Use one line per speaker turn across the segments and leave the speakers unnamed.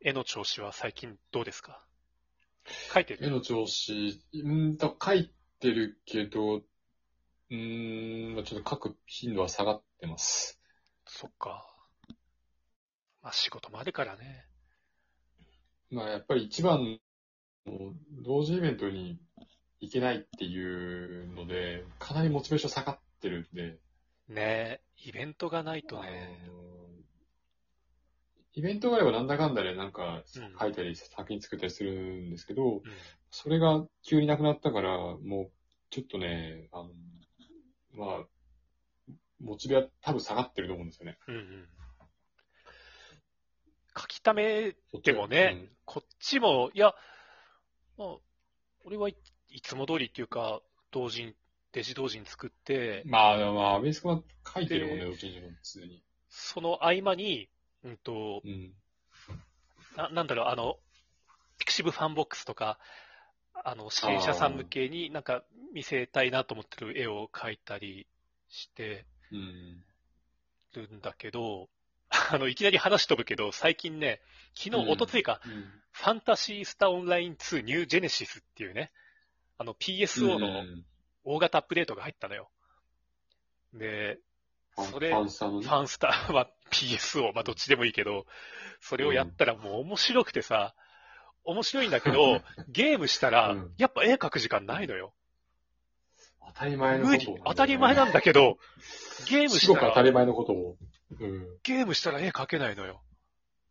絵の調子は最近どうですか書いて
絵
る
の調子、うんと書いてるけど、うーん、まあちょっと書く頻度は下がってます。
そっか。まあ仕事もあるからね。
まあやっぱり一番の同時イベントに行けないっていうので、かなりモチベーション下がってるんで、
ねえ、イベントがないと
あの
ね。
イベントがあればなんだかんだでなんか
うん
書いたり作品作ったりするんですけど、
うん。
それが急になくなったから、もうちょっとね、あの、まあ、モチベは多分下がってると思うんですよね。
うんうん。書きため、でもね
うん
こっちも、いや、まあ、俺はいいつも通りっていうか、同人、デジ同人作って、
まあ、まあ、アベスクは書いてるもんね、
で
うちにも、普通に。
その合間に、うんと、
うん。
ななんだろう、あの、ピクシブファンボックスとか、あの、支援者さん向けになんか見せたいなと思ってる絵を描いたりして
うん。
るんだけど、 あの、いきなり話飛ぶけど、最近ね、昨
うん
日、おとついか、ファンタシースターオンライン2ニュージェネシスっていうね、あの PSO の
ん
大型アップデートが入ったのよ。で、それ、
ファ
フ
ンサのね
ァンスターは PSO、まあどっちでもいいけど、それをやったらもう面白くてさ、面白いんだけど、ゲームしたら
うん、
やっぱ絵描く時間ないのよ。
当たり前の
無
こ
理
とを、
当たり前なんだけど、ゲーム
至
した
極当た
ら、
り前のことを。うん。
ゲームしたら絵描けないのよ。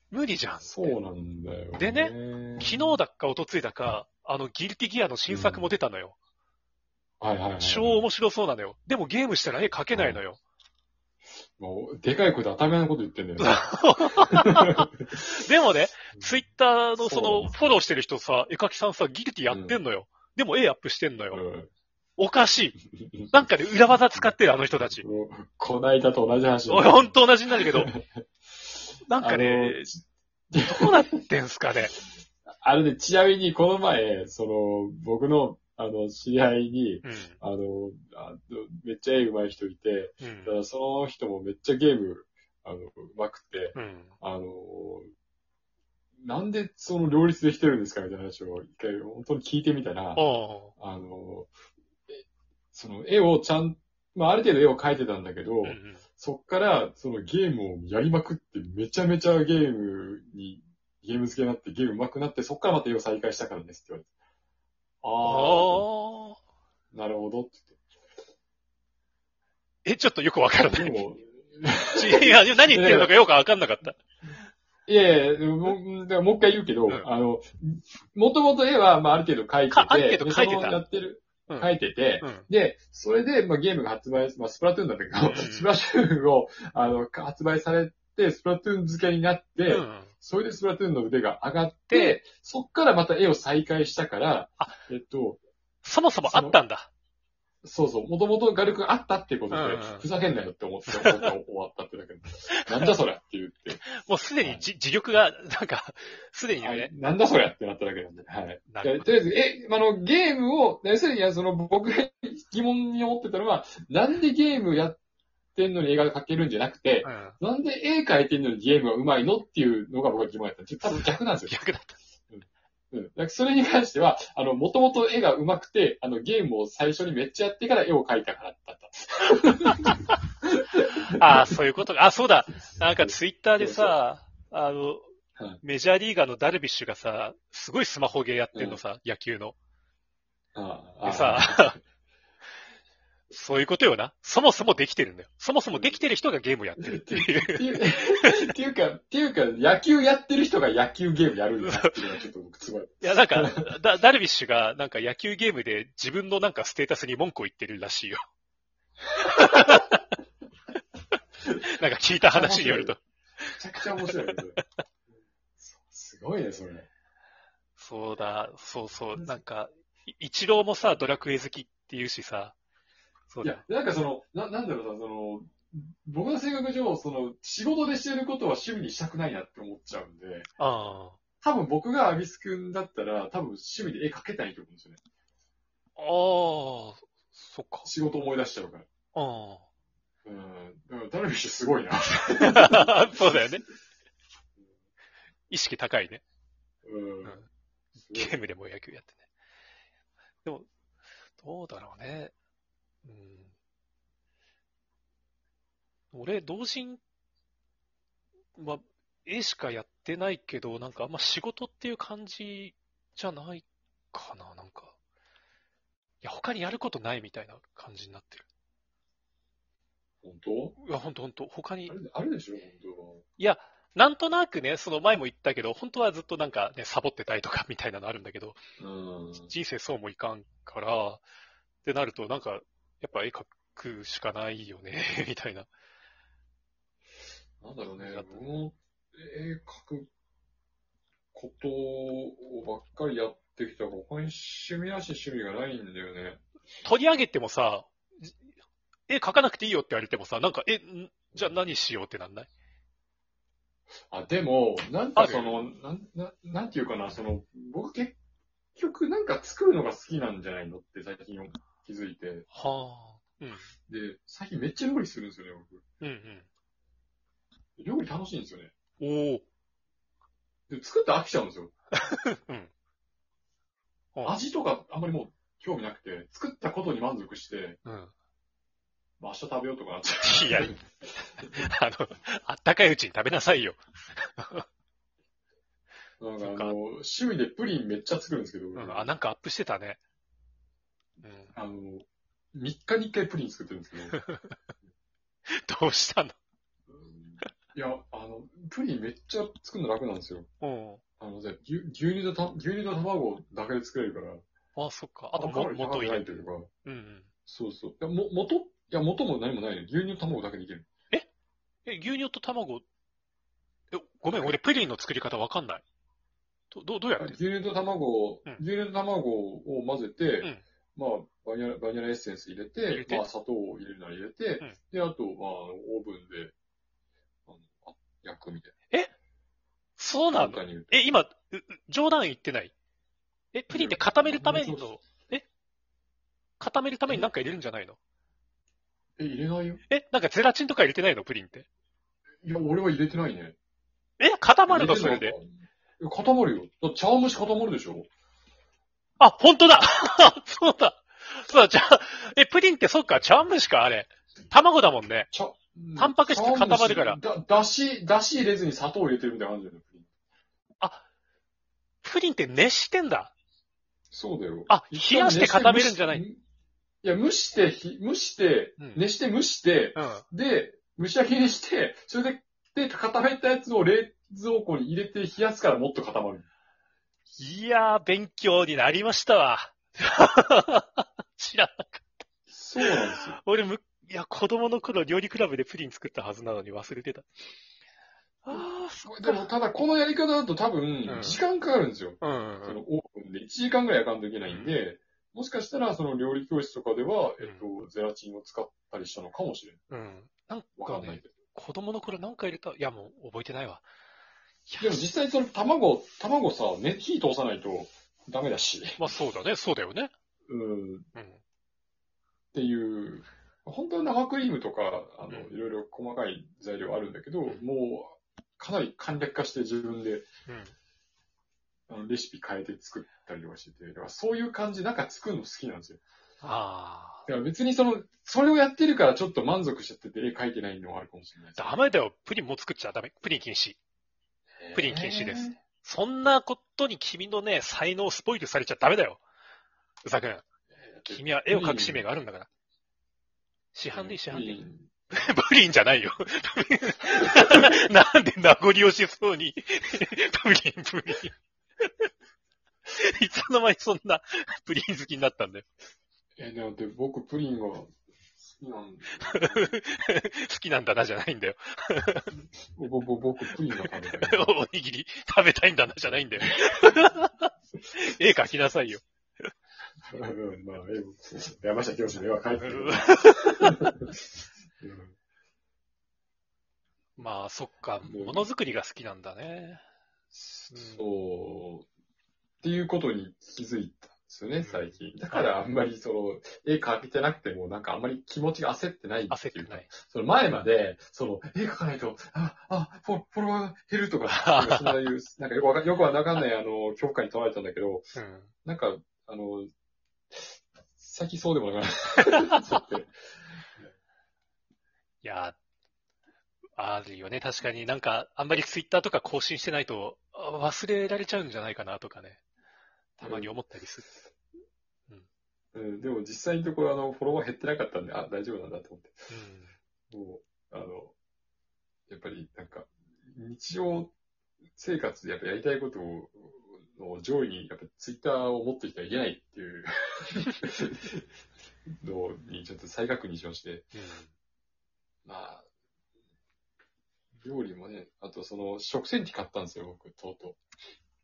無理じゃん。
そうなんだよ、
でね
ね
昨日だか一昨日だか、あの、ギルティギアの新作も出たのよ。
はいはいはい。
超面白そうなのよ。でもゲームしたら絵描けないのよ。
もう、でかいこと当たり前のこと言ってんだよね。
でもね、ツイッターのそ
そう
の、フォローしてる人さ、絵描きさんさ、ギルティやってんのよ。でも絵アップしてんのよ。
うん
おかしい。なんかで裏技使ってる、あの人たち。
もうこないだと同じ話だ
俺、ほんと同じになるけ ど。なんか
あ
ね
の、
どうなってんすか ね。
あれね、ちなみにこの前、その、僕の、あの、知り合いに、
うん。
あの、あめっちゃ絵上手い人いて、
う
だか
ん。
らその人もめっちゃゲーム、あの、上手くて、
うん。
あの、なんでその両立できてるんですかみたいな話を一回本当に聞いてみたら、
お
あの、えその絵をちゃん、まあある程度絵を描いてたんだけど、
ううん。
そっからそのゲームをやりまくってめちゃめちゃゲームに、ゲーム好きになってゲーム上手くなって、そっからまた絵を再開したからですって言われて。あ
ああ。
あ、なるほどって
え、ちょっとよくわから
言
な
って。
い。
でも、
いや、何言ってるのかよくわかんなかった。
いやいや、でももうだからもう一回言うけど、
うん
あの、もともと絵は、まあ、ある程度描いてて、
かある程度描いてた
でそのやってる、
うん
描いてて、
うん。
で、それで、まあ、ゲームが発売、まあ、スプラトゥーンだったけど、
うん
スプラトゥーンを、あの、発売されて、スプラトゥーン付けになって、
うん。
それでスプラトゥーンの腕が上がっ
で
て、そっからまた絵を再開したから
あ、
えっと、
そもそもあったんだ。
そうそう、もともと画力があったっていうことで、
うんうん
ふざけんなよって思って、そっから終わったってだけで、 なんだそりゃって言って、
もうすでにじ自力が、なんか、すでにね。
なんだそりゃってなっただけなんで、はい。
な
で
るほ
とりあえず、え、あの、ゲームを、要するに、その、僕が疑問に思ってたのは、なんでゲームやってんのに映画が描けるんじゃなくて
ど。、うん。
なんで絵描いてんのにゲームは上手いのっていうのが僕は疑問やった。多分逆なんですよ。
逆だった。
うん。だからそれに関しては、あの、もともと絵が上手くて、あの、ゲームを最初にめっちゃやってから絵を描いたからだった。
ああ、そういうことか。あ、そうだ。なんかツイッターでさ、あの
はい、
メジャーリーガーのダルビッシュがさ、すごいスマホゲーやってんのさ、野球の。
あ
で さ、そういうことよな。そもそもできてるんだよ。そもそもできてる人がゲームやってるっていう。
っていう、っていうか、っていうか、野球やってる人が野球ゲームやるんだなっていうのがちょっと僕すごい。
いや、なん か、だダルビッシュが、なんか野球ゲームで自分のなんかステータスに文句を言ってるらしい よ。なんか聞いた話によると。
めちゃくちゃ面白いね、それそうすごいね、それ。
そうだ、そうそう、なんか、い一郎もさ、ドラクエ好きって言うしさ、そう
いや
だ。、
なんかその、な、なんだろうな、その、僕の性格上、その、仕事でしてることは趣味にしたくないなって思っちゃうんで、
あ
多分僕がアビス君だったら、多分趣味で絵描けたいと思うんですよね。
あ、ああ、そっか。
仕事思い出しちゃうから。
あ
うん。だからダルビッシュすごいな。
あ。そうだよね。意識高いね。
うん
うん。
すご
ゲ
い
ームでも野球やってね。でも、どうだろうね。うん。俺、同人は、絵しかやってないけど、なんかあんま仕事っていう感じじゃないかな、なんか。いや、他にやることないみたいな感じになってる。
本当
いや、ほんとほんと、他に
あ、るあるでしょ、本
いや、なんとなくね、その前も言ったけど、本当はずっとなんかね、サボってたりとかみたいなのあるんだけど、
当。うん。
人生そうもいかんから、ってなると、なんか、やっぱ絵描くしかないよね、 みたいな。
なんだろうね、僕も絵描くことをばっかりやってきたから、他に趣味らしい趣味がないんだよね。
取り上げてもさ、じ絵描かなくていいよって言われてもさ、なんか、え、んじゃあ何しようってなんない
あ、でも、なんか
ある
その、なん、ななんていうかな、その、僕結局なんか作るのが好きなんじゃないのって最近気づいて。
はあ。うん。
で、最近めっちゃ料理するんですよね、僕。
うん
料理楽しいんですよね。
うん。おお。
で、作って飽きちゃうんですよ。
うん。あ
味とかあんまりもう興味なくて、作ったことに満足して、
うん。
まあ、明日食べようとかなっちゃ
いや、あの、あったかいうちに食べなさいよ。
う。 なん
そっ
か
か
あの、趣味でプリンめっちゃ作るんですけど、
うん。あ、なんかアップしてたね。うん。
あの、3日に1回プリン作ってるんですけど、
どうしたの
うんいや、あの、プリンめっちゃ作るの楽なんですよ。
うん。
あのね、牛牛乳とた牛乳と卵だけで作れるから、
あ、そっか。あと、
カロ
も、
リー
元
高く
入
な
れ
いと
て
いう
る。
か、
うんうん。
そうそう。いや、も、元いや、元も何もないね。牛乳と卵だけでいける。
え、牛乳と卵、え、ごめん、俺プリンの作り方わかんない。ど、どう、どうやって
牛乳と卵を、
うん
牛乳と卵を混ぜて、
うん
まあ、バニラ、バニラエッセンス入れて、
入れて
まあ、砂糖を入れるなら入れて、
うん
で、あと、まあ、オーブンで、あの、あ焼くみたい
そう
な。
な
簡
の
単に言うと。
え、今、うう冗談言ってないえ、プリンって固めるため
いや
の
いやいや、
え固めるために何か入れるんじゃないの
え、入れないよ。
え、なんかゼラチンとか入れてないのプリンって。
いや、俺は入れてないね。
え、固ま
入
る
れ
の
て
そ
な
れ
いか
で。
いや固まるよ。だって茶碗蒸し固まるでしょ
あ、本当だ そうだそうだ、じゃあ、え、プリンってそっか、茶碗蒸しか、あれ。卵だもんね。
茶、
タンパク質固まるから
だ、だし、だし入れずに砂糖入れてるみたいな感じだよね。
プリンって熱してんだ。
そうだよ。
あ、冷やして固めるんじゃない。
いや、蒸して、ひ蒸して、
うん
熱して蒸して、
うん。
で、蒸し焼きにして、それで、で、固めたやつを冷蔵庫に入れて冷やすからもっと固まる。
いやー、勉強になりましたわ。 知らん。
そうなんですよ。
俺む、いや、子供の頃料理クラブでプリン作ったはずなのに忘れてた。ああ、そっ
でも、
か。
ただこのやり方だと多分
うん、
時間かかるんですよ。
うん
そのオーブンで1時間ぐらい焼かんといけないんで、もしかしたらその料理教室とかでは、えっと、ゼラチンを使ったりしたのかもしれない。
うん。うん。なん
わ
か
かんない
ね
け、ど。
子供の頃なんか入れた、いや、もう覚えてないわ。い
で
や
も、実際その卵、卵さ、ね、火通さないとダメだし。
まあそうだね、そうだよね。
う
う
ん。
ん。
っていう、本当は生クリームとか、あの、
うん
いろいろ細かい材料あるんだけど、
うん
もう、かなり簡略化して自分で、
うん。
あの、レシピ変えて作ったりとかしてて、だからそういう感じ、なんか作るの好きなんですよ。
ああ。
だから別にその、それをやってるからちょっと満足しちゃってて、絵描いてないのもあるかもしれないです
ダメだよ、プリンもう作っちゃダメ。プリン禁止。プリン禁止です。
へ
そんなことに君のね、才能をスポイルされちゃダメだよ。うさくん。
ー
君は絵を描く使命があるんだから。市販でいい、市販でい い。
プリン
プリンじゃないよ。 なんで名残惜しそうに。 プリン、プリン。いつの間にそんなプリン好きになったんだよ。
え、だって僕プリンが好きなん で、
好きなんだなじゃないんだよ。
ぼぼ僕プリンが食べたい。
おにぎり食べたいんだなじゃないんだよ。 絵描きなさいよ。
うんまあ、絵を、山下教授の絵は描いてる。うん
まあ、そっか。ものづくりが好きなんだね。
そう、っていうことに気づいたんですですよね、最近。だからあんまりその、絵描けてなくても、なんかあんまり気持ちが焦ってないって
焦
い
っ
う
て
か
な、い。
その前まで、その、絵描かないと、あ、あ、フォフォロワーが減るとか、なんかそういう、なんかよくわかよくわかんない、あの、恐怖感に捉えたんだけど、
うん。
なんか、あの、最近そうでもなくなった。そうって
いや、あるよね。確かになんか、あんまりツイッターとか更新してないと、あ忘れられちゃうんじゃないかなとかね。たまに思ったりする。
うん、でも実際のところ、あの、フォロワー減ってなかったんで、あ、大丈夫なんだと思って。
うん。
もう、あの、やっぱりなんか、日常生活でやっぱやりたいことを、の上位に、やっぱツイッターを持ってきてはいけないっていう のにちょっと再確認しまして、
うん
まあ、料理もね、あとその食洗機買ったんですよ、僕、とうと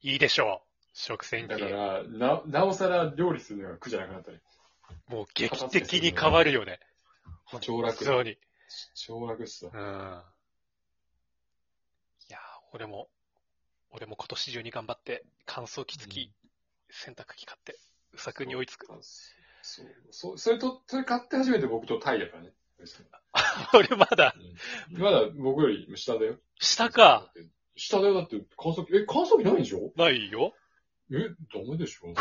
いいでしょう。食洗
う。
機
だか。ら、な、なおさら料理するのが苦じゃなくなったね。
もう劇的に変わるよね。
超楽
非。常に。
超楽っすわ
うん。いやー、俺も、俺も今年中に頑張って、乾燥機付き、洗濯機買って、うさくに追いつく。
そう、そう、それと、それ買って初めて僕とタイだからね。
俺まだ、
まだ僕より下だよ。
下か、。
下だよ。だって、乾燥機、え、乾燥機ないんでしょ
ないよ。
え、ダメでし ょ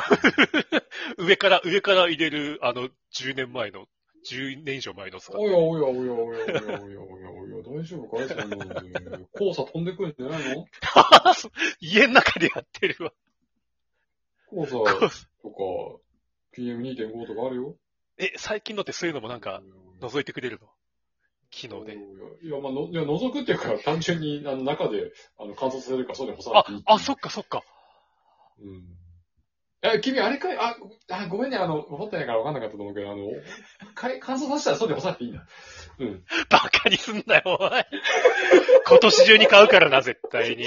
上から、上から入れる、あの、10年前の、10年以上前のさ。
おやおやおやおやおやおやおやおや、大丈夫かいそんなの。黄砂飛んでくるんじゃないの
家の中でやってるわ。
黄砂とか、PM2.5 とかあるよ。
え、最近のってそういうのもなんか、、覗いてくれるの機能で。。
いや、まあ、のいや、覗くっていうか、単純に、あの、中で、あの、観察されるから、そうでもさ
あ、あ、そっかそっか。
うん。え、君、あれかいあ、あ、ごめんね、あの、思ってないから分かんなかったと思うけど、あの、かい、感想出したらそうで干さなくていいんだ。うん。
バカにすんなよ、お前。今年中に買うからな、絶対に。